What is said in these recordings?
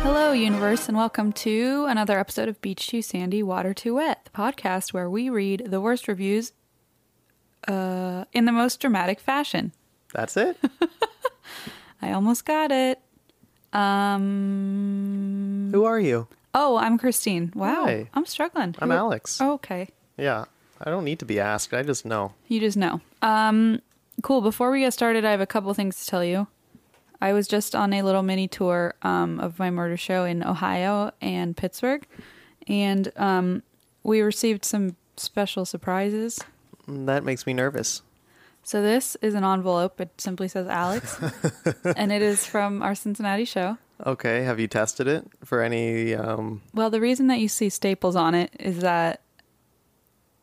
Hello, universe, and welcome to another episode of Beach Too Sandy, Water Too Wet, the podcast where we read the worst reviews uh, in the most dramatic fashion. That's it. I almost got it. Who are you? Oh, I'm Christine. Wow, Hi. I'm struggling. I'm Who- oh. Alex. Okay, Yeah. I don't need to be asked. I just know. you just know. Um, cool. Before we get started, I have a couple things to tell you. I was just on a little mini tour um, of my murder show in Ohio and Pittsburgh, and um, we received some special surprises. Mm, That makes me nervous. So this is an envelope. It simply says Alex, and it is from our Cincinnati show. Okay. Have you tested it for any? Um, Well, the reason that you see staples on it is that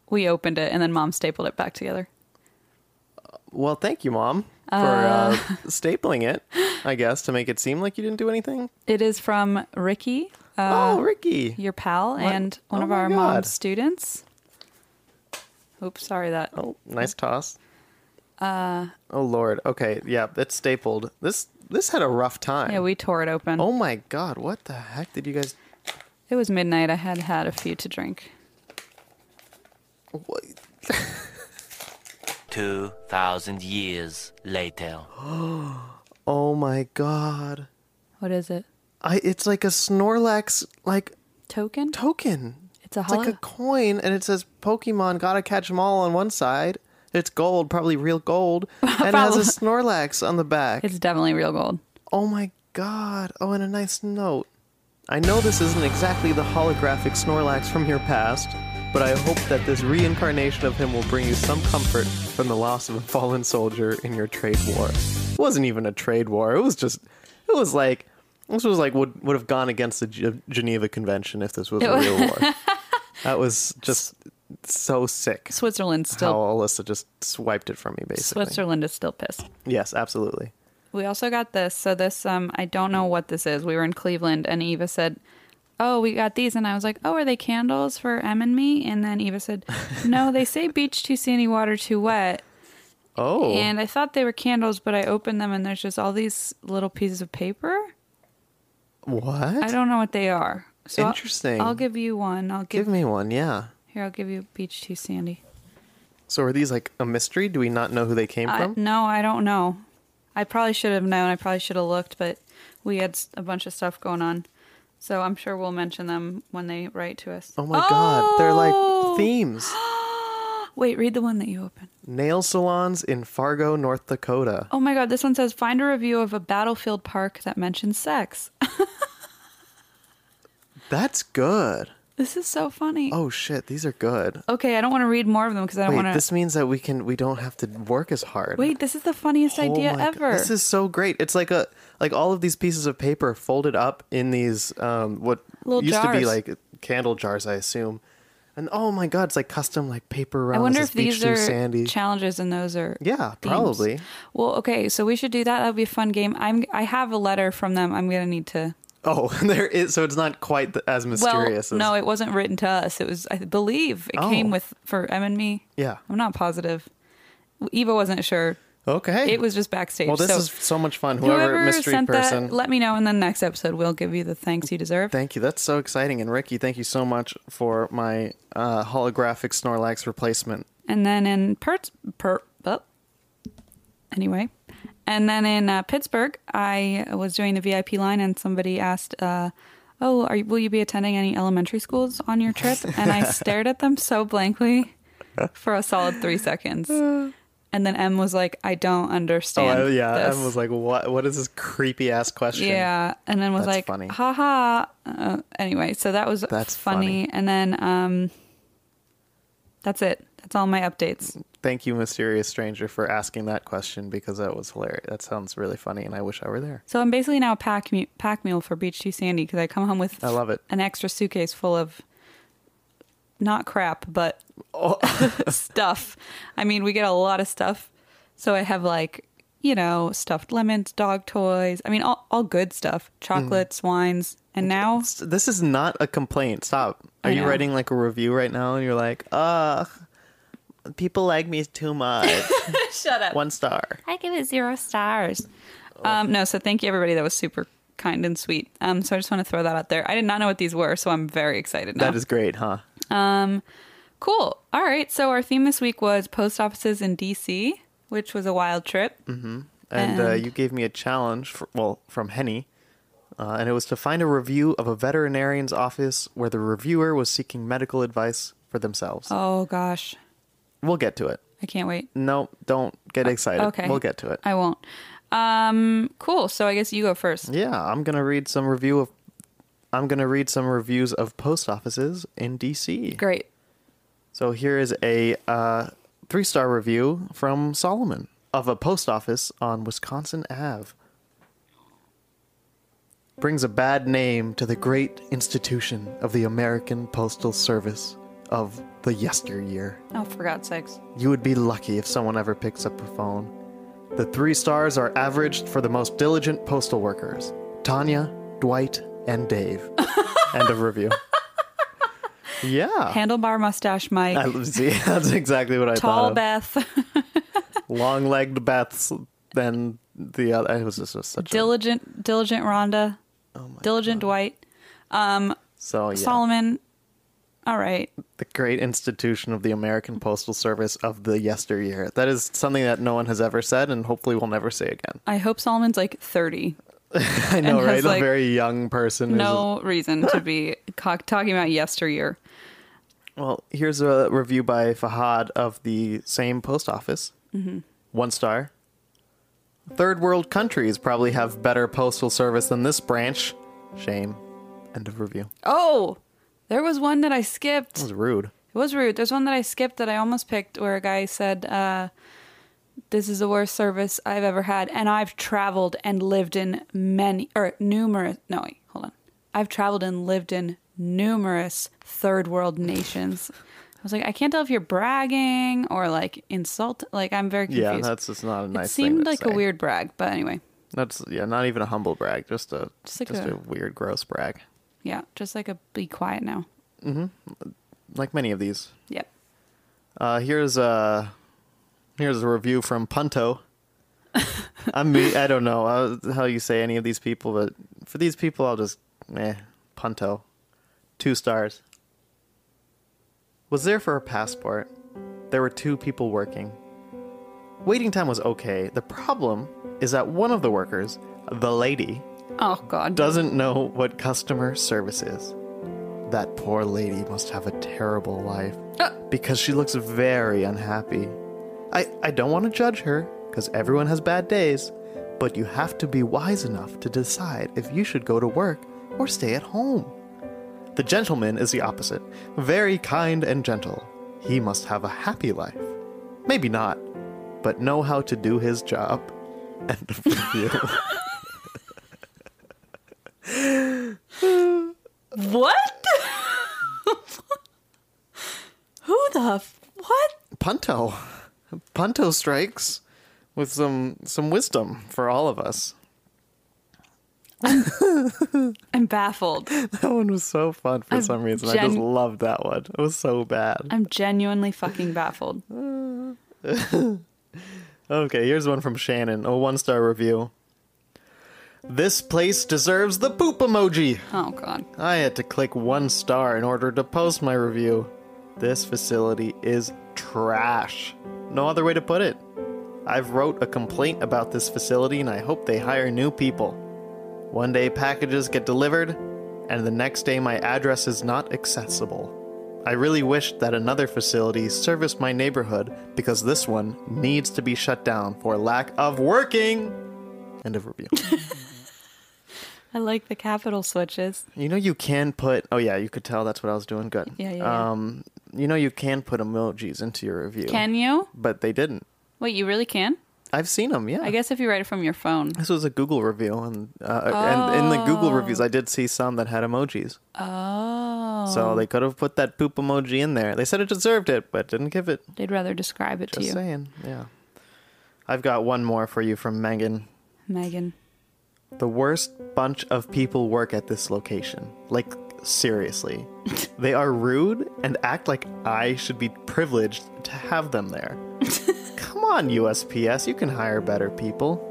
we opened it and then mom stapled it back together. well, thank you, Mom, for uh, stapling it, I guess, to make it seem like you didn't do anything. It is from Ricky, uh, oh, Ricky. your pal, and one Oh of my our mom's God. students. Oops, sorry that. Oh, nice toss. Uh, oh, Lord. Okay. Yeah. It's stapled. This this had a rough time. Yeah, we tore it open. oh, my God. What the heck did you guys. It was midnight. I had had a few to drink. 2,000 years later. Oh, my God. What is it? I, it's like a Snorlax, like Token? token. It's a it's like holo- a coin, and it says Pokemon gotta catch 'em all on one side. It's gold, probably real gold, and it has a Snorlax on the back. it's definitely real gold. Oh my god! Oh, and a nice note. I know this isn't exactly the holographic Snorlax from your past, but I hope that this reincarnation of him will bring you some comfort from the loss of a fallen soldier in your trade war. It wasn't even a trade war. It was just, it was like, this was like would would have gone against the G- Geneva Convention if this was It a wa- real war. that was just so sick. Switzerland's still. How Alyssa just swiped it from me, basically. Switzerland is still pissed. Yes, absolutely. We also got this. So this, um, I don't know what this is. We were in Cleveland, and Eva said, "Oh, we got these," and I was like, "Oh, are they candles for Em and me?" And then Eva said, "No, they say beach too sandy, water too wet." Oh, And I thought they were candles, but I opened them, and there's just all these little pieces of paper. what? I don't know what they are. So I'll- Interesting. I'll, give you one. I'll give, Give me one, yeah. here. I'll give you beach too sandy. So are these like a mystery? Do we not know who they came I, from? no, I don't know. I probably should have known. I probably should have looked, but we had s- a bunch of stuff going on. So I'm sure we'll mention them when they write to us. Oh my god, they're Oh! like themes. Wait, read the one that you opened. Nail salons in Fargo, North Dakota. Oh my god, this one says find a review of a battlefield park that mentions sex. That's good. this is so funny. Oh shit, these are good. Okay, I don't want to read more of them because I don't Wait, want to. this means that we can we don't have to work as hard. Wait, this is the funniest Oh idea my go- ever. This is so great. It's like a like all of these pieces of paper folded up in these um what Little used to jars. be like candle jars, I assume. And oh my god, it's like custom like paper rounds. I wonder This if Beach these Too are sandy. challenges and those are Yeah, themes. probably. Well, okay, so we should do that. That would be a fun game. I'm I have a letter from them. I'm gonna need to. oh, there is so it's not quite th- as mysterious well, as no, it wasn't written to us. It was I believe it Oh. came with for Em and me. Yeah. I'm not positive. Eva wasn't sure. Okay. It was just backstage. Well, this so is so much fun. Whoever, mystery sent person. that, let me know, and then next episode we'll give you the thanks you deserve. thank you. That's so exciting. And Ricky, thank you so much for my uh, holographic Snorlax replacement. and then in Pert, per, oh. anyway, and then in uh, Pittsburgh, I was doing the VIP line, and somebody asked, uh, "Oh, are you, will you be attending any elementary schools on your trip?" And I stared at them so blankly for a solid three seconds, and then M was like, "I don't understand." oh, yeah. this." I was like, what? What is this creepy ass question? Yeah, and then was That's like, funny. "Ha ha." Uh, anyway, so that was That's funny. funny. And then um, that's it. That's all my updates. Thank you, mysterious stranger, for asking that question because that was hilarious. That sounds really funny, and I wish I were there. So I'm basically now a pack mu- pack mule for Beach 2 Sandy because I come home with I love it. an extra suitcase full of not crap, but Oh. stuff. I mean, we get a lot of stuff. So I have like, you know, stuffed lemons, dog toys. I mean, all, all good stuff, Mm-hmm. chocolates, wines. And now, S- This is not a complaint. Stop. Are I you know. writing like a review right now? And you're like, ugh, people like me too much. shut up. One star. I give it zero stars. Oh. Um, no, so thank you everybody that was super kind and sweet. Um, so I just want to throw that out there. I did not know what these were, so I'm very excited now. That is great, huh? Cool. All right. So our theme this week was post offices in DC, which was a wild trip. And, uh, And- you gave me a challenge, for, well, from Henny, uh, and it was to find a review of a veterinarian's office where the reviewer was seeking medical advice for themselves. Oh gosh, We'll get to it. I can't wait. No, don't get excited. Uh, Okay. We'll get to it. I won't. Um, cool. So I guess you go first. Yeah, I'm gonna read some review of. I'm gonna read some reviews of post offices in DC. Great. So here is a uh, three-star review from Solomon of a post office on Wisconsin Ave. Brings a bad name to the great institution of the American Postal Service of the yesteryear. Oh, for God's sakes. You would be lucky if someone ever picks up the phone. The three stars are averaged for the most diligent postal workers Tanya, Dwight, and Dave. End of review. Yeah. Handlebar mustache, Mike. I see. That's exactly what I Tall thought. Beth. Of. Long-legged Beths. Then the other. It was just a- such a. diligent, diligent Rhonda. diligent Dwight. So Oh yeah. Solomon. All right. The great institution of the American Postal Service of the yesteryear. That is something that no one has ever said, and hopefully we'll never say again. I hope Solomon's like 30. I know, has, right? like, a very young person. is- No reason to be co- talking about yesteryear. Well, here's a review by Fahad of the same post office. Mm-hmm. One star. Third world countries probably have better postal service than this branch. Shame. End of review. Oh, there was one that I skipped. That was rude. It was rude. There's one that I skipped that I almost picked where a guy said, uh, This is the worst service I've ever had. And I've traveled and lived in many, or numerous, no, wait, hold on. I've traveled and lived in numerous third world nations. I was like, I can't tell if you're bragging or like insult. Like, I'm very confused. Yeah, that's just not a nice it seemed thing. to like a say. weird brag, but anyway, That's yeah, not even a humble brag, just a just, Just like a, a- weird, gross brag. yeah, just like a be quiet now. Like many of these. Yep. Uh, here's a here's a review from Punto. I mean, I don't know uh, how you say any of these people, but for these people, I'll just eh, Punto, two stars. Was there for a passport. There were two people working. Waiting time was okay. The problem is that one of the workers, the lady, Oh, God. doesn't know what customer service is. That poor lady must have a terrible life Ah. because she looks very unhappy. I, I don't want to judge her because everyone has bad days, but you have to be wise enough to decide if you should go to work or stay at home. The gentleman is the opposite very kind and gentle. He must have a happy life. Maybe not, but know how to do his job. End of review. What? Who the f- what? Punto. Punto strikes with some some wisdom for all of us. I'm baffled. That one was so fun for I'm some reason. I gen- just loved that one. It was so bad. I'm genuinely fucking baffled. Okay, here's one from Shannon, a one star review. This place deserves the poop emoji. Oh god. I had to click one star in order to post my review. This facility is trash. No other way to put it. I've wrote a complaint about this facility and I hope they hire new people. One day packages get delivered and the next day my address is not accessible. I really wish that another facility serviced my neighborhood because this one needs to be shut down for lack of working. End of review. I like the capital switches. You know you can put. Oh yeah, you could tell that's what I was doing. Good. Yeah, yeah, yeah. Um, you know you can put emojis into your review. Can you? But they didn't. Wait, you really can? I've seen them. Yeah. I guess if you write it from your phone. this was a Google review, and uh, and in the Google reviews, I did see some that had emojis. Oh. So they could have put that poop emoji in there. They said it deserved it, but didn't give it. They'd rather describe it Just to you. saying. Yeah. I've got one more for you from Megan. Megan. The worst bunch of people work at this location. Like, seriously. they are rude and act like I should be privileged to have them there. Come on, USPS, you can hire better people.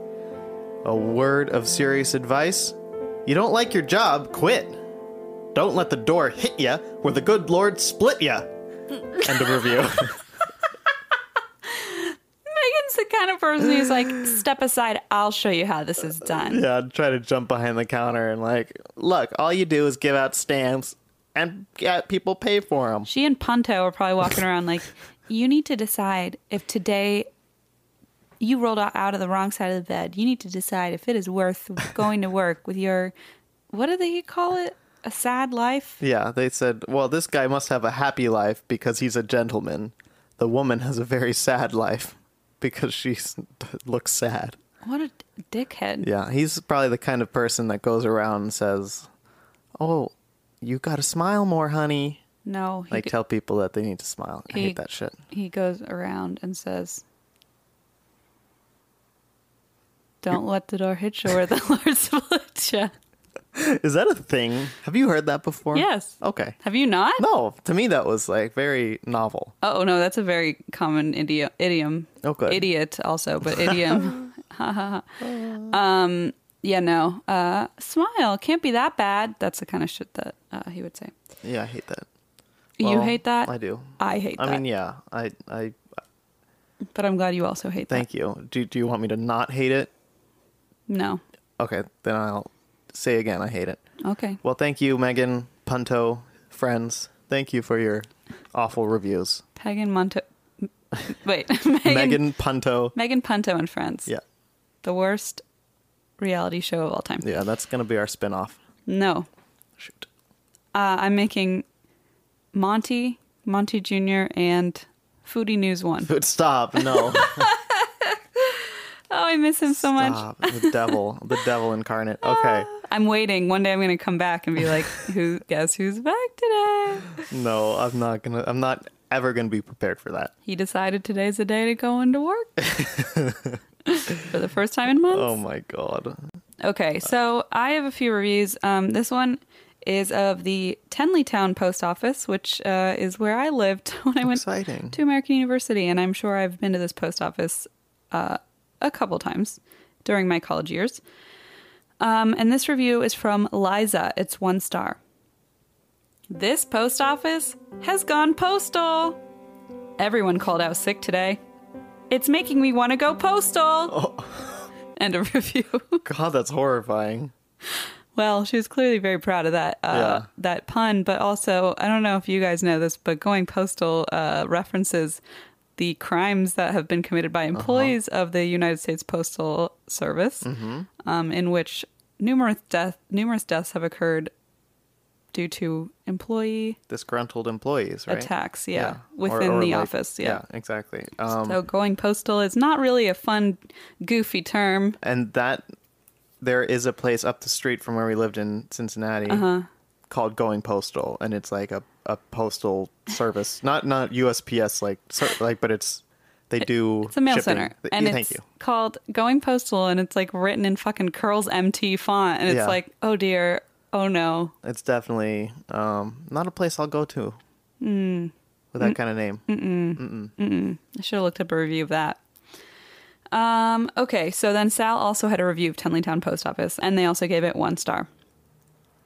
A word of serious advice you don't like your job, quit. Don't let the door hit ya where the good Lord split ya. End of review. Megan's the kind of person who's like, step aside, I'll show you how this is done. Yeah, I'd try to jump behind the counter and like, look, all you do is give out stamps and get people pay for them. She and Punto are probably walking around like, you need to decide if today you rolled out out of the wrong side of the bed. You need to decide if it is worth going to work with your, what do they call it? A sad life? Yeah, they said, well, this guy must have a happy life because he's a gentleman. The woman has a very sad life because she looks sad. What a dickhead. Yeah, he's probably the kind of person that goes around and says, oh, you gotta smile more, honey. No, he, Like, g- tell people that they need to smile. I He- hate that shit. he goes around and says, Don't let the door hit you where the Lord split you. Is that a thing? Have you heard that before? Yes. Okay. Have you not? No, to me, that was like very novel. Oh no, that's a very common idiom. Idiom. Oh, good. Idiot also, but idiom. um. Yeah. No. Uh. Smile can't be that bad. That's the kind of shit that uh, he would say. Yeah, I hate that. you Well, hate that. I do. I hate I that. mean, yeah. I I But I'm glad you also hate thank you. Do do you want me to not hate it? that. No. Okay, then I'll say again I hate it. Okay. Well, thank you Megan, Punto, friends. Thank you for your awful reviews. Peg and Monto. Wait. Megan. Megan. Megan Punto. Punto and Friends. Yeah. The worst reality show of all time. Yeah, that's going to be our spin-off. No. Shoot. Uh, I'm making Monty, Monty Jr., and Foodie News One. But stop. No. Oh, I miss him so much. stop. The devil. The devil incarnate. Okay. I'm waiting. One day I'm going to come back and be like, "Who? Guess who's back today?" No, I'm not going to I'm not ever going to be prepared for that. He decided today's the day to go into work for the first time in months. Oh my god. Okay, so I have a few reviews. Um, this one is of the Tenleytown Post Office, which uh, is where I lived when I went Exciting. to American University, and I'm sure I've been to this post office uh, a couple times during my college years. Um, and this review is from Liza. It's one star. This post office has gone postal. Everyone called out sick today. It's making me want to go postal. End of review. God, that's horrifying. Well, she was clearly very proud of that uh, Yeah. that pun, but also I don't know if you guys know this, but going postal uh, references the crimes that have been committed by Uh-huh. employees of the United States Postal Service, Mm-hmm. um, in which numerous death numerous deaths have occurred due to employee disgruntled employees, right? attacks. Yeah, Or- within or the like- office. Yeah. exactly. Um, so going postal is not really a fun, goofy term. and that there is a place up the street from where we lived in Cincinnati Uh-huh. called Going Postal, and it's like a, a postal service, not not USPS like ser- like, but it's they do It's a mail shipping. center, Th- and yeah, it's thank you. called Going Postal, and it's like written in fucking Curls MT font, and it's Yeah. like, oh dear, oh no, It's definitely um, not a place I'll go to Hmm. with Mm. that kind of name. I should have looked up a review of that. Um, okay, so then Sal also had a review of Tenleytown Post Office, and they also gave it one star.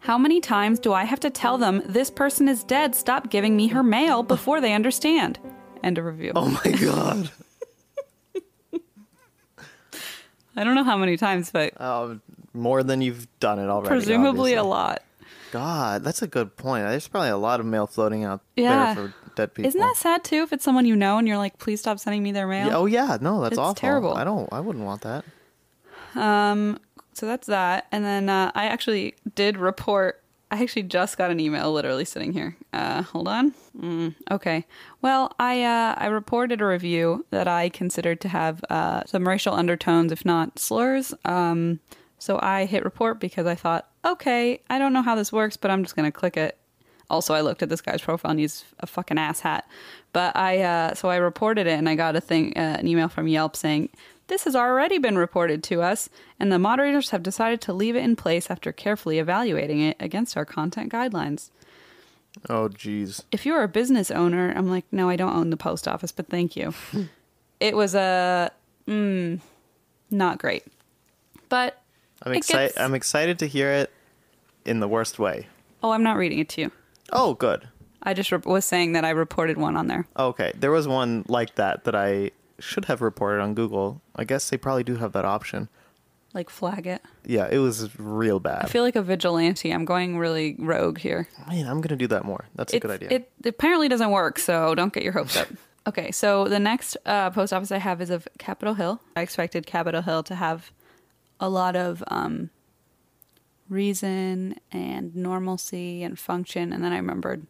How many times do I have to tell them this person is dead? Stop giving me her mail before they understand. End of review. Oh my god. I don't know how many times, but Um, more than you've done it already. presumably obviously. a lot. God, that's a good point. There's probably a lot of mail floating out Yeah. there for dead people. Isn't that sad too? If it's someone you know and you're like, please stop sending me their mail. Yeah, oh yeah, no, oh, that's It's awful. terrible. I don't. I wouldn't want that. Um, so that's that. And then uh, I actually did report. I actually just got an email, literally sitting here. Uh, hold on. Mm, okay. Well, I uh, I reported a review that I considered to have uh, some racial undertones, if not slurs. Um, so I hit report because I thought, okay, I don't know how this works, but I'm just gonna click it. Also, I looked at this guy's profile and he's a fucking ass hat. But I uh, so I reported it and I got a thing uh, an email from Yelp saying this has already been reported to us, and the moderators have decided to leave it in place after carefully evaluating it against our content guidelines. Oh, jeez. If you're a business owner, I'm like, no, I don't own the post office, but thank you. it was a mm, not great, but I'm It excited. gets- I'm excited to hear it in the worst way. oh, I'm not reading it to you. Oh, good. I just re- was saying that I reported one on there. Okay, there was one like that that I should have reported on Google. I guess they probably do have that option. Like flag it. Yeah, it was real bad. I feel like a vigilante. I'm going really rogue here. Man, I'm gonna do that more. That's a good It's- idea. It apparently doesn't work, so don't get your hopes up. Okay, so the next uh, post office I have is of Capitol Hill. I expected Capitol Hill to have a lot of um, reason and normalcy and function, and then I remembered,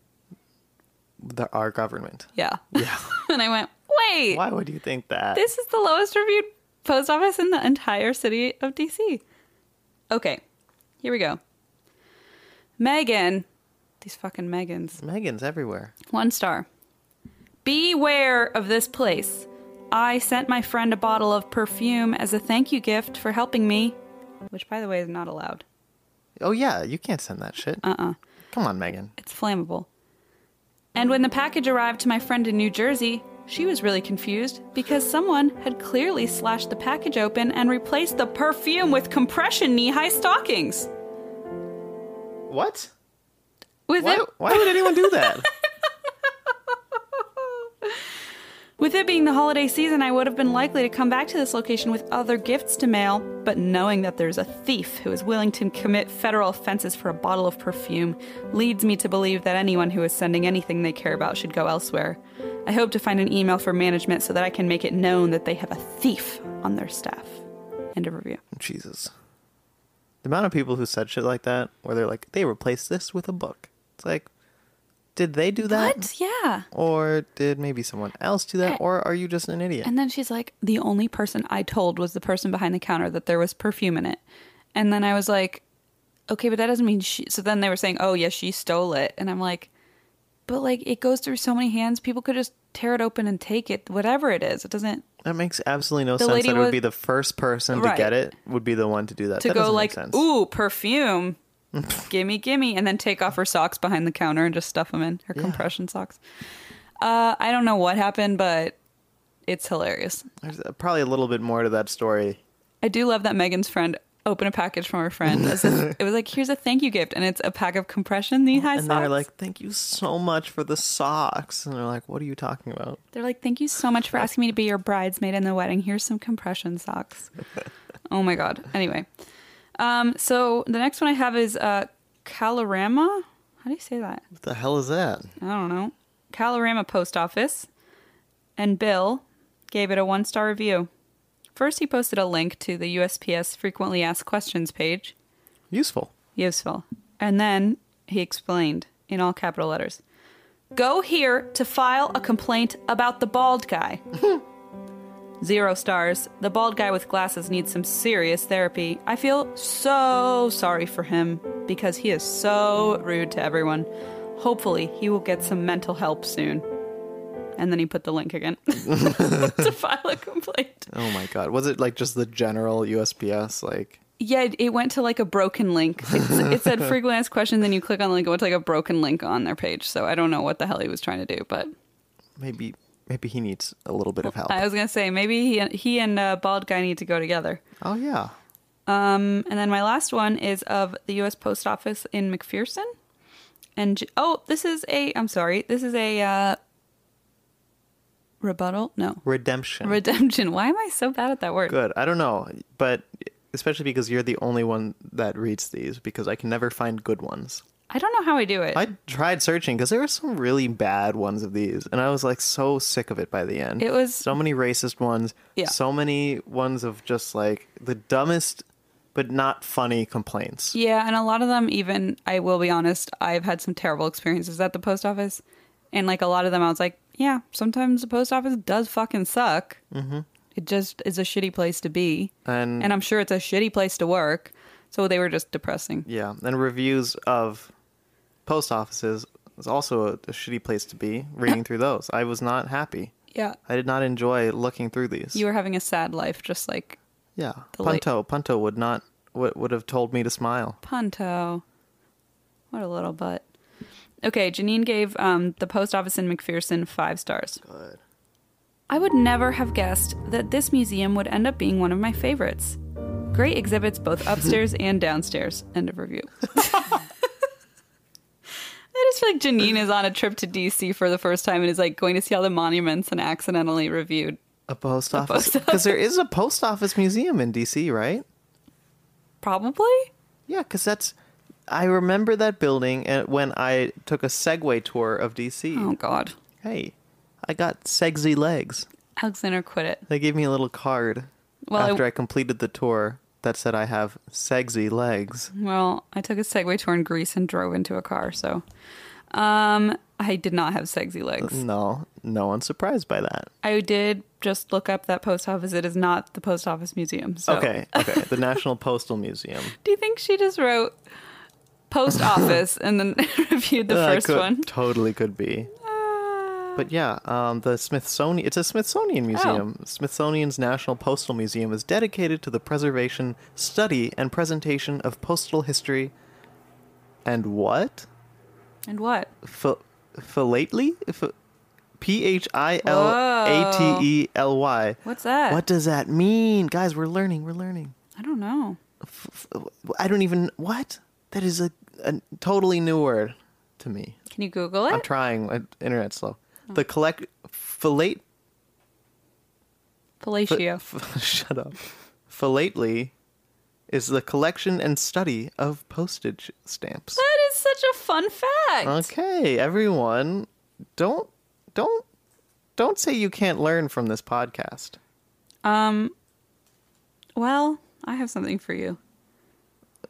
The- our government. yeah, yeah, and I went, wait, Why would you think that? this is the lowest reviewed post office in the entire city of DC. Okay, here we go. Megan, these fucking Megans. Megan's everywhere. One star. Beware of this place. I sent my friend a bottle of perfume as a thank you gift for helping me, which, by the way, is not allowed. Oh yeah, you can't send that shit. Uh uh Uh-uh. Come on, Megan. It's flammable. And when the package arrived to my friend in New Jersey, she was really confused because someone had clearly slashed the package open and replaced the perfume with compression knee high stockings. What? With Why, it, why would anyone do that? With it being the holiday season, I would have been likely to come back to this location with other gifts to mail, but knowing that there's a thief who is willing to commit federal offenses for a bottle of perfume leads me to believe that anyone who is sending anything they care about should go elsewhere. I hope to find an email for management so that I can make it known that they have a thief on their staff. End of review. Jesus. The amount of people who said shit like that, where they're like, they replaced this with a book. It's like, did they do that? What? Yeah. Or did maybe someone else do that? Or are you just an idiot? And then she's like, the only person I told was the person behind the counter that there was perfume in it. And then I was like, okay, but that doesn't mean she. So then they were saying, oh, yeah, she stole it. And I'm like, but like it goes through so many hands. People could just tear it open and take it, whatever it is. It doesn't That makes absolutely no The sense. lady That it would was- be the first person Right. to get it would be the one to do that. to that go doesn't like, make sense. ooh, perfume. gimme, gimme. And then take off her socks behind the counter and just stuff them in her compression socks. Uh, I don't know what happened, but it's hilarious. There's uh, probably a little bit more to that story. I do love that Megan's friend opened a package from her friend. As if- it was like, here's a thank you gift, and it's a pack of compression knee high and socks. they're like, "Thank you so much for the socks." And they're like, "What are you talking about?" They're like, thank you so much for asking me to be your bridesmaid in the wedding. Here's some compression socks. oh my god. Anyway, um, so the next one I have is uh, Calorama. How do you say that? What the hell is that? I don't know. Calorama Post Office. And Bill gave it a one star review. First, he posted a link to the USPS frequently asked questions page. Useful. useful. And then he explained in all capital letters Go here to file a complaint about the bald guy. Zero stars. The bald guy with glasses needs some serious therapy. I feel so sorry for him because he is so rude to everyone. Hopefully, he will get some mental help soon. And then he put the link again to file a complaint. Oh my god, was it like just the general USPS? Like, Yeah, it- it went to like a broken link. It's, it said frequently asked questions, then you click on the link, it went to like a broken link on their page. So I don't know what the hell he was trying to do, but maybe maybe he needs a little bit of help. I was gonna say maybe he and he and uh, bald guy need to go together. Oh yeah, Um, and then my last one is of the U.S. Post Office in McPherson, and J- oh, this is a I'm sorry, this is a uh, rebuttal. No, redemption. redemption. Why am I so bad at that word? Good. I don't know, but especially because you're the only one that reads these because I can never find good ones. I don't know how I do it. I tried searching because there were some really bad ones of these, and I was like so sick of it by the end. It was- so many racist ones, Yeah. so many ones of just like the dumbest but not funny complaints. Yeah, and a lot of them, even I will be honest, I've had some terrible experiences at the post office, and like a lot of them, I was like, yeah, sometimes the post office does fucking suck. Mm-hmm. It just is a shitty place to be, And, and I'm sure it's a shitty place to work. So they were just depressing. yeah, and reviews of post offices is also a, a shitty place to be reading through those. I was not happy. Yeah, I did not enjoy looking through these. you were having a sad life, just like yeah. The light- Punto Punto would not would, would have told me to smile. Punto. What a little butt. Okay, Janine gave um, the post office in McPherson five stars. Good. I would never have guessed that this museum would end up being one of my favorites. Great exhibits both upstairs and downstairs. End of review. I just feel like Janine is on a trip to DC for the first time and is like going to see all the monuments and accidentally reviewed. A post office because there is a post office museum in DC, right? Probably? Yeah, because that's. I remember that building uh, when I took a Segway tour of DC. Oh, God. Hey, I got sexy legs. Alexander quit it. They gave me a little card Well, I- after I... completed the tour that said I have sexy legs. Well, I took a Segway tour in Greece and drove into a car, so um, I did not have sexy legs. No, no one's surprised by that. I did just look up that post office. It is not the post office museum. So. Okay, okay. The National Postal Museum. Do you think she just wrote post office and then reviewed the Uh, first could- one? Ah. totally could be. But yeah, um, the Smithsonian, it's a Smithsonian Oh. museum. Smithsonian's National Postal Museum is dedicated to the preservation, study, and presentation of postal history and what? And what? Ph- philately? Ph- P H I L A T E L Y. What's that? What does that mean? Guys, we're learning, we're learning. I don't know. I don't even, what? That is a, a totally new word to me. Can you Google it? I'm trying. My internet's slow. The collect filate. Fellatio. shut up. Philately is the collection and study of postage stamps. that is such a fun fact. Okay, everyone, don't don't don't say you can't learn from this podcast. Well, I have something for you.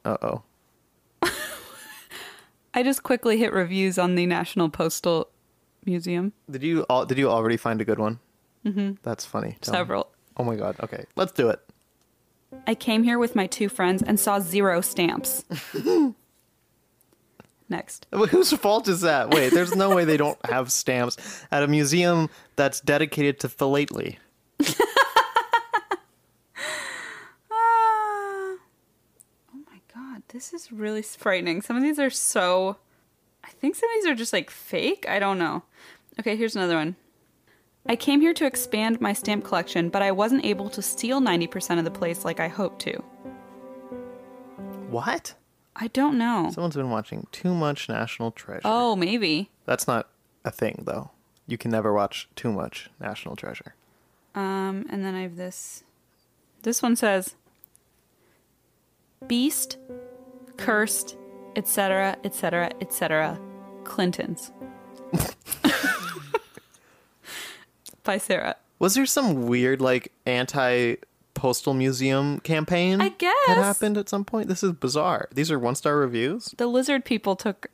Uh oh. I just quickly hit reviews on the National Postal Museum. Did you all? Did you already find a good one? Mm-hmm. That's funny. Tell me. Several. Oh my god. Okay, let's do it. I came here with my two friends and saw zero stamps. Next. Whose fault is that? Wait, there's no way they don't have stamps at a museum that's dedicated to philately. Ah. oh my god, this is really frightening. Some of these are so. I think some of these are just like fake. I don't know. Okay, here's another one. I came here to expand my stamp collection, but I wasn't able to steal 90% of the place like I hoped to. What? I don't know. Someone's been watching too much National Treasure. Oh, maybe. That's not a thing, though. You can never watch too much National Treasure. Um, and then I have this. This one says Beast, Cursed, etc., etc., etc., Clintons. By Sarah. Was there some weird, like, anti postal museum campaign I that guess. happened at some point? This is bizarre. These are one star reviews The lizard people took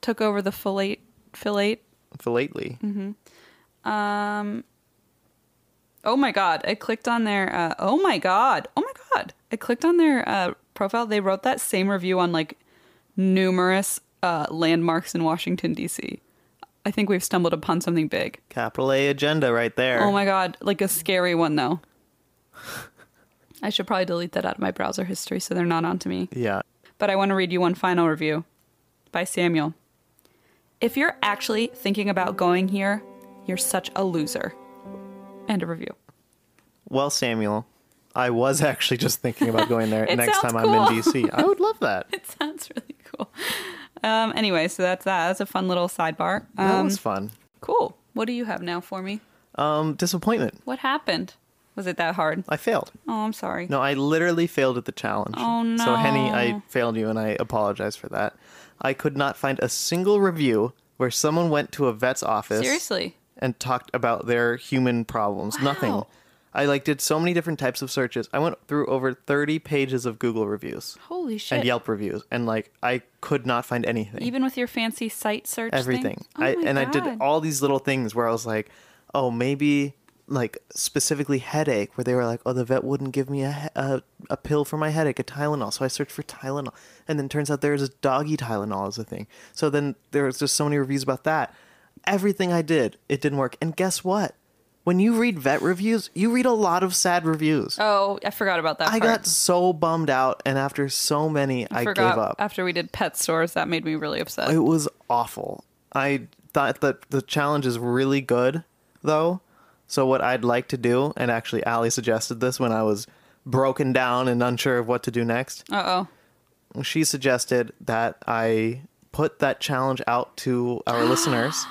took over the fillet fillet. for lately. Mm-hmm. Oh my god! I clicked on their. Uh, oh my god! Oh my god! I clicked on their uh, profile. They wrote that same review on like numerous uh, landmarks in Washington D.C. I think we've stumbled upon something big. Capital A agenda right there. Oh my god, like a scary one though. I should probably delete that out of my browser history so they're not onto me. Yeah. But I want to read you one final review by Samuel. If you're actually thinking about going here, you're such a loser. End of review. Well, Samuel, I was actually just thinking about going there It next time sounds I'm in cool. DC. I would love that. It sounds really cool. Um, anyway, so that's that. That's a fun little sidebar. that Um, was fun. cool. What do you have now for me? Um, disappointment. What happened? Was it that hard? I failed. Oh, I'm sorry. No, I literally failed at the challenge. Oh, So Henny, no. I failed you and I apologize for that. I could not find a single review where someone went to a vet's office Seriously. and talked about their human problems. Nothing. Wow. I like did so many different types of searches. I went through over 30 pages of Google reviews Holy shit. and Yelp reviews and like I could not find anything. Even with your fancy site search. thing? everything. Oh I my and I God. did all these little things where I was like, oh, maybe like specifically headache, where they were like, oh, the vet wouldn't give me a he- a, a pill for my headache, a Tylenol. So I searched for Tylenol, and then turns out there's a doggy Tylenol as a thing. So then there was just so many reviews about that. Everything I did, it didn't work. And guess what? When you read vet reviews, you read a lot of sad reviews. Oh, I forgot about that. I part. got so bummed out, and after so many, I gave forgot up. after we did pet stores. That made me really upset. It was awful. I thought that the challenge is really good, though. So what I'd like to do, and actually Allie suggested this when I was broken down and unsure of what to do next. Uh oh. She suggested that I put that challenge out to our listeners,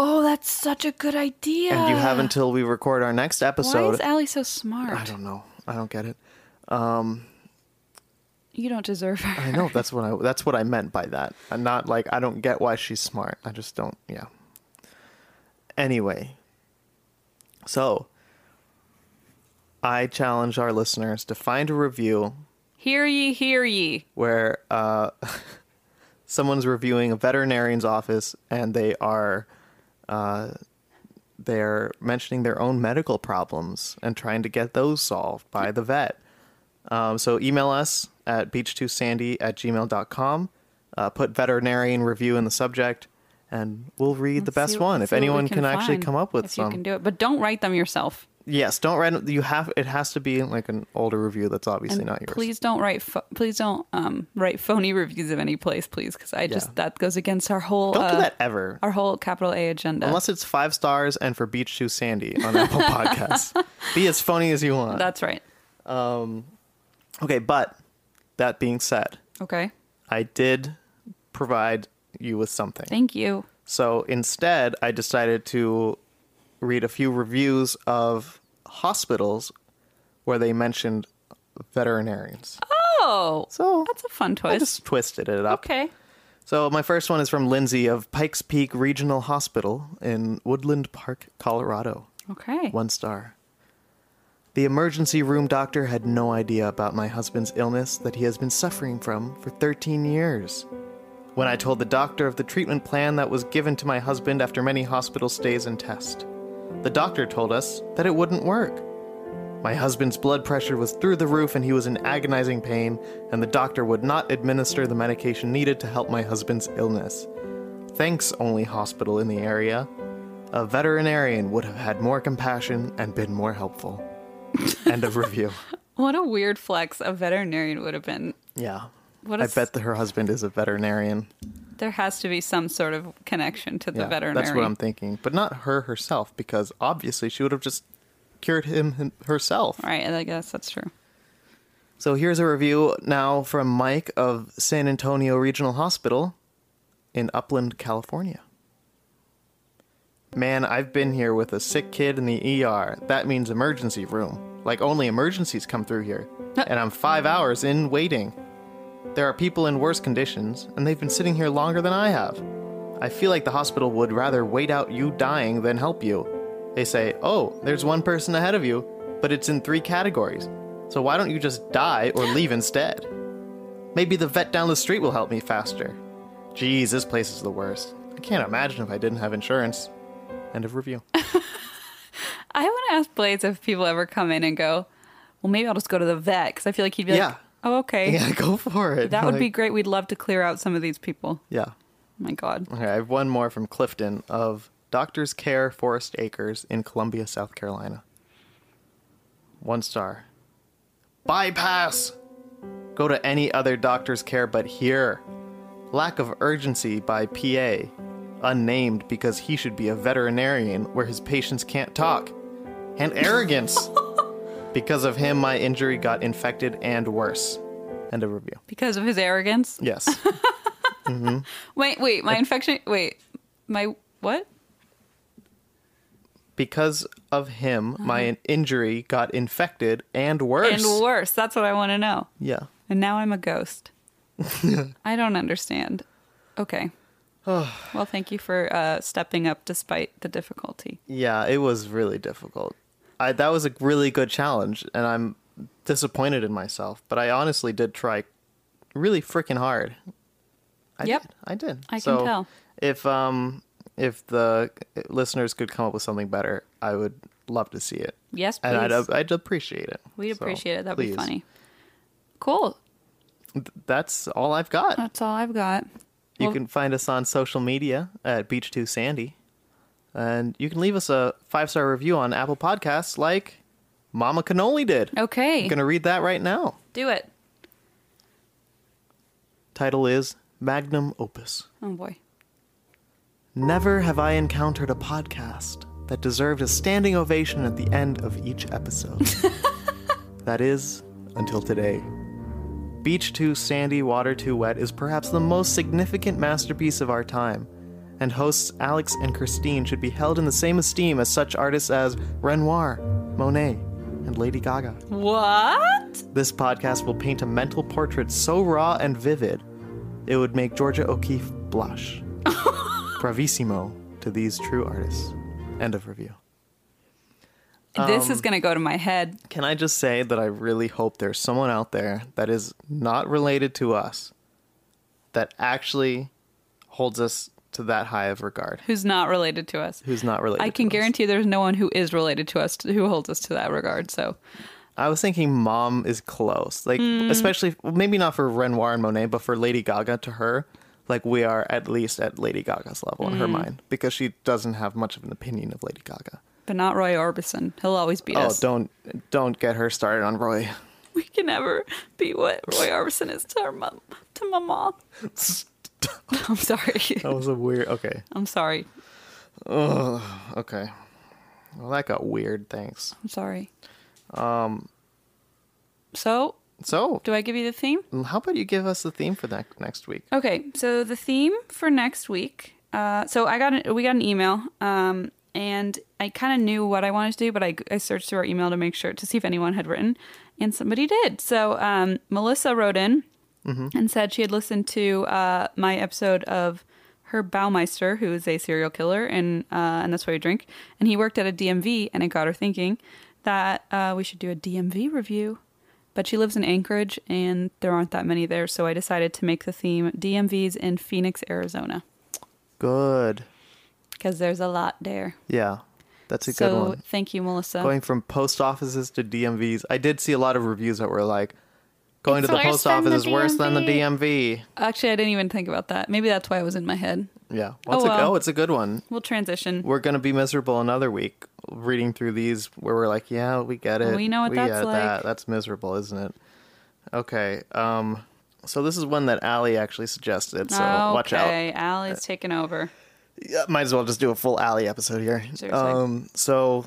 Oh, that's such a good idea. and you have until we record our next Why episode. is Allie so smart? I don't know. I don't get it. You don't deserve her. I know that's what I that's what I meant by that. I'm not like I don't get why she's smart. I just don't. Yeah. Anyway, so I challenge our listeners to find a review Hear ye, hear ye. where uh, someone's reviewing a veterinarian's office and they are uh, they're mentioning their own medical problems and trying to get those solved by the vet. Um, so email us at beach2sandy at gmail.com. Uh, put veterinarian review in the subject and we'll read the best See- one. see If what we anyone can, actually find, come up with if some. you can do it, but don't write them yourself. yes, don't write you have it has to be like an older review that's obviously not yours. Please don't write. Pho- please don't um, write phony reviews of any place, please, because I just Yeah. that goes against our whole. don't do uh, that ever. Our whole capital A agenda. Unless it's five stars and for Beach Shoe Sandy on Apple Podcasts. Be as phony as you want. That's right. okay, but that being said, Okay. I did provide you with something. Thank you. So instead, I decided to read a few reviews of hospitals where they mentioned veterinarians. Oh, So that's a fun I twist. just twisted it up. Okay. So my first one is from Lindsay of Pikes Peak Regional Hospital in Woodland Park, Colorado. Okay. One star. The emergency room doctor had no idea about my husband's illness that he has been suffering from for 13 years. When I told the doctor of the treatment plan that was given to my husband after many hospital stays and tests, the doctor told us that it wouldn't work. My husband's blood pressure was through the roof and he was in agonizing pain, and the doctor would not administer the medication needed to help my husband's illness. Thanks, only hospital in the area. A veterinarian would have had more compassion and been more helpful. End of review. What a weird flex a veterinarian would have been. Yeah. What I is- bet that her husband is a veterinarian. There has to be some sort of connection to the Yeah, veterinarian. That's what I'm thinking. But not her herself, because obviously she would have just cured him him- herself. Right, I guess that's true. So here's a review now from Mike of San Antonio Regional Hospital in Upland, California. Man, I've been here with a sick kid in the ER. That means emergency room. Like only emergencies come through here. And I'm five hours in waiting. There are people in worse conditions, and they've been sitting here longer than I have. I feel like the hospital would rather wait out you dying than help you. They say, oh, there's one person ahead of you, but it's in three categories. So why don't you just die or leave instead? Maybe the vet down the street will help me faster. Geez, this place is the worst. I can't imagine if I didn't have insurance. End of review. I want to ask Blades if people ever come in and go, well, maybe I'll just go to the vet because I feel like he'd be Yeah. like, oh, okay. yeah, go for it. That would be Like, great. We'd love to clear out some of these people. Yeah. Oh my God. Okay, I have one more from Clifton of Doctors Care Forest Acres in Columbia, South Carolina. One star. Bypass! Go to any other doctor's care but here. Lack of urgency by PA. Unnamed because he should be a veterinarian where his patients can't talk. And arrogance! because of him, my injury got infected and worse. End of review. Because of his arrogance. Yes. Wait, wait, my infection. Wait, my what? because of him, my injury got infected and worse. Uh-huh. And worse. That's what I want to know. yeah. And now I'm a ghost. I don't understand. Okay. well, thank you for uh, stepping up despite the difficulty. Yeah, it was really difficult. I, that was a really good challenge, and I'm disappointed in myself. But I honestly did try really freaking hard. I Yep. did. I did. I can so tell. If um if the listeners could come up with something better, I would love to see it, Yes, please. and I'd I'd appreciate it. We'd So, appreciate it. That'd be please. funny. Cool. That's all I've got. That's all I've got. You Well- can find us on social media at Beach2Sandy. And you can leave us a five star review on Apple Podcasts like Mama Cannoli did. Okay. I'm going to read that right now. Do it. Title is Magnum Opus. Oh boy. Never have I encountered a podcast that deserved a standing ovation at the end of each episode. that is, until today. Beach Too Sandy, Water Too Wet is perhaps the most significant masterpiece of our time, and hosts Alex and Christine should be held in the same esteem as such artists as Renoir, Monet, and Lady Gaga. What? This podcast will paint a mental portrait so raw and vivid, it would make Georgia O'Keeffe blush. Bravissimo to these true artists. End of review. this Um, is gonna go to my head. Can I just say that I really hope there's someone out there that is not related to us that actually holds us to that high of regard Who's not related to us? who's not related I can to us. guarantee there's no one who is related to us to, who holds us to that regard. So I was thinking mom is close. Like especially well, maybe not for Renoir and Monet, but for Lady Gaga to her, like we are at least at Lady Gaga's level in her mind because she doesn't have much of an opinion of Lady Gaga. but not Roy Orbison. He'll always beat us. Oh, don't don't get her started on Roy. We can never be what Roy Orbison is to our mom to my mom. I'm sorry. That was a weird. Okay. I'm sorry. Okay. Well, that got weird. Thanks. I'm sorry. Um so So, do I give you the theme? how about you give us the theme for that next week? Okay, so the theme for next week. Uh, so I got an, we got an email, um, and I kind of knew what I wanted to do, but I, I searched through our email to make sure to see if anyone had written, and somebody did. So um, Melissa wrote in and said she had listened to uh, my episode of her Baumeister, who is a serial killer, and uh, and that's why we drink. And he worked at a DMV, and it got her thinking that uh, we should do a DMV review. But she lives in Anchorage, and there aren't that many there, so I decided to make the theme DMVs in Phoenix, Arizona, Good. because there's a lot there. Yeah. That's a so good one. thank you, Melissa. going from post offices to DMVs. I did see a lot of reviews that were like, going It's to the worse post than office the is worse than the DMV. Actually, I didn't even think about that. Maybe that's why it was in my head. Yeah. Well, it's a, well. oh, it's a good one. We'll transition. We're going to be miserable another week reading through these where we're like, yeah, we get it. We know what that's get like. That. That's miserable, isn't it? Okay. Um, so this is one that Allie actually suggested. So watch out. Uh, Okay, Allie's taking over. Yeah, might as well just do a full alley episode here. Seriously. Um, so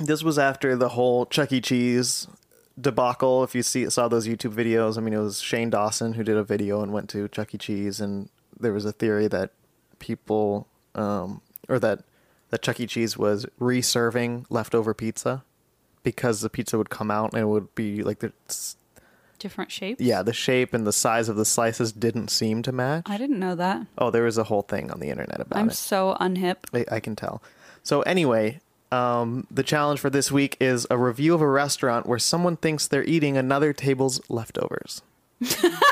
this was after the whole Chuck E. Cheese debacle. If you see saw those YouTube videos, I mean, it was Shane Dawson who did a video and went to Chuck E. Cheese, and there was a theory that people, um, or that that Chuck E. Cheese was reserving leftover pizza because the pizza would come out and it would be like the Different shapes. yeah the shape and the size of the slices didn't seem to match. I didn't know that. oh, there was a whole thing on the internet about I'm it. so unhip. I, I can tell. So anyway, um, the challenge for this week is a review of a restaurant where someone thinks they're eating another table's leftovers. Ah.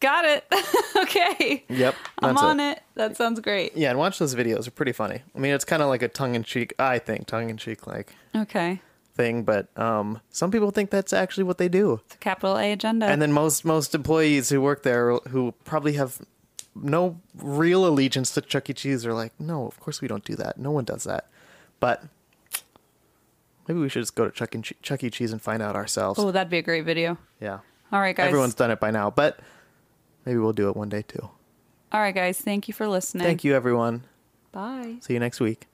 Got it. okay. Yep, I'm that's on it. That sounds great. Yeah, and watch those videos; they're pretty funny. I mean, it's kind of like a tongue-in-cheek, I think, tongue-in-cheek like Okay. thing, but um, some people think that's actually what they do. It's a capital A agenda. And then most most employees who work there, who probably have no real allegiance to Chuck E. Cheese, are like, no, of course we don't do that. No one does that. But maybe we should just go to Chuck, and che- Chuck E. Cheese and find out ourselves. oh, that'd be a great video. Yeah. All right, guys. Everyone's done it by now, but maybe we'll do it one day too. All right, guys. Thank you for listening. Thank you, everyone. Bye. See you next week.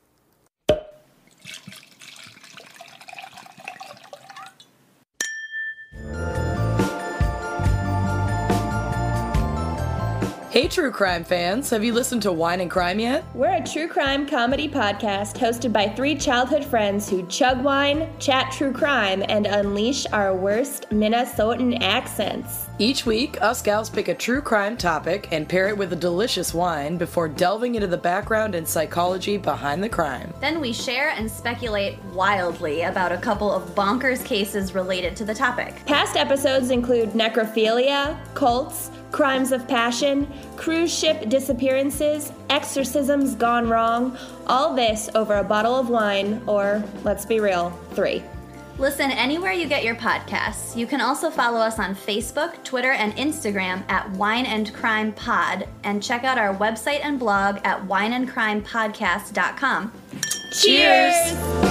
Hey, true crime fans, have you listened to Wine and Crime yet? We're a true crime comedy podcast hosted by three childhood friends who chug wine, chat true crime, and unleash our worst Minnesotan accents. Each week, us gals pick a true crime topic and pair it with a delicious wine before delving into the background and psychology behind the crime. Then we share and speculate wildly about a couple of bonkers cases related to the topic. Past episodes include necrophilia, cults, crimes of passion, cruise ship disappearances, exorcisms gone wrong, all this over a bottle of wine, or let's be real, three. Listen anywhere you get your podcasts. You can also follow us on Facebook, Twitter, and Instagram at Wine and Crime Pod, and check out our website and blog at wineandcrimepodcast.com. Cheers!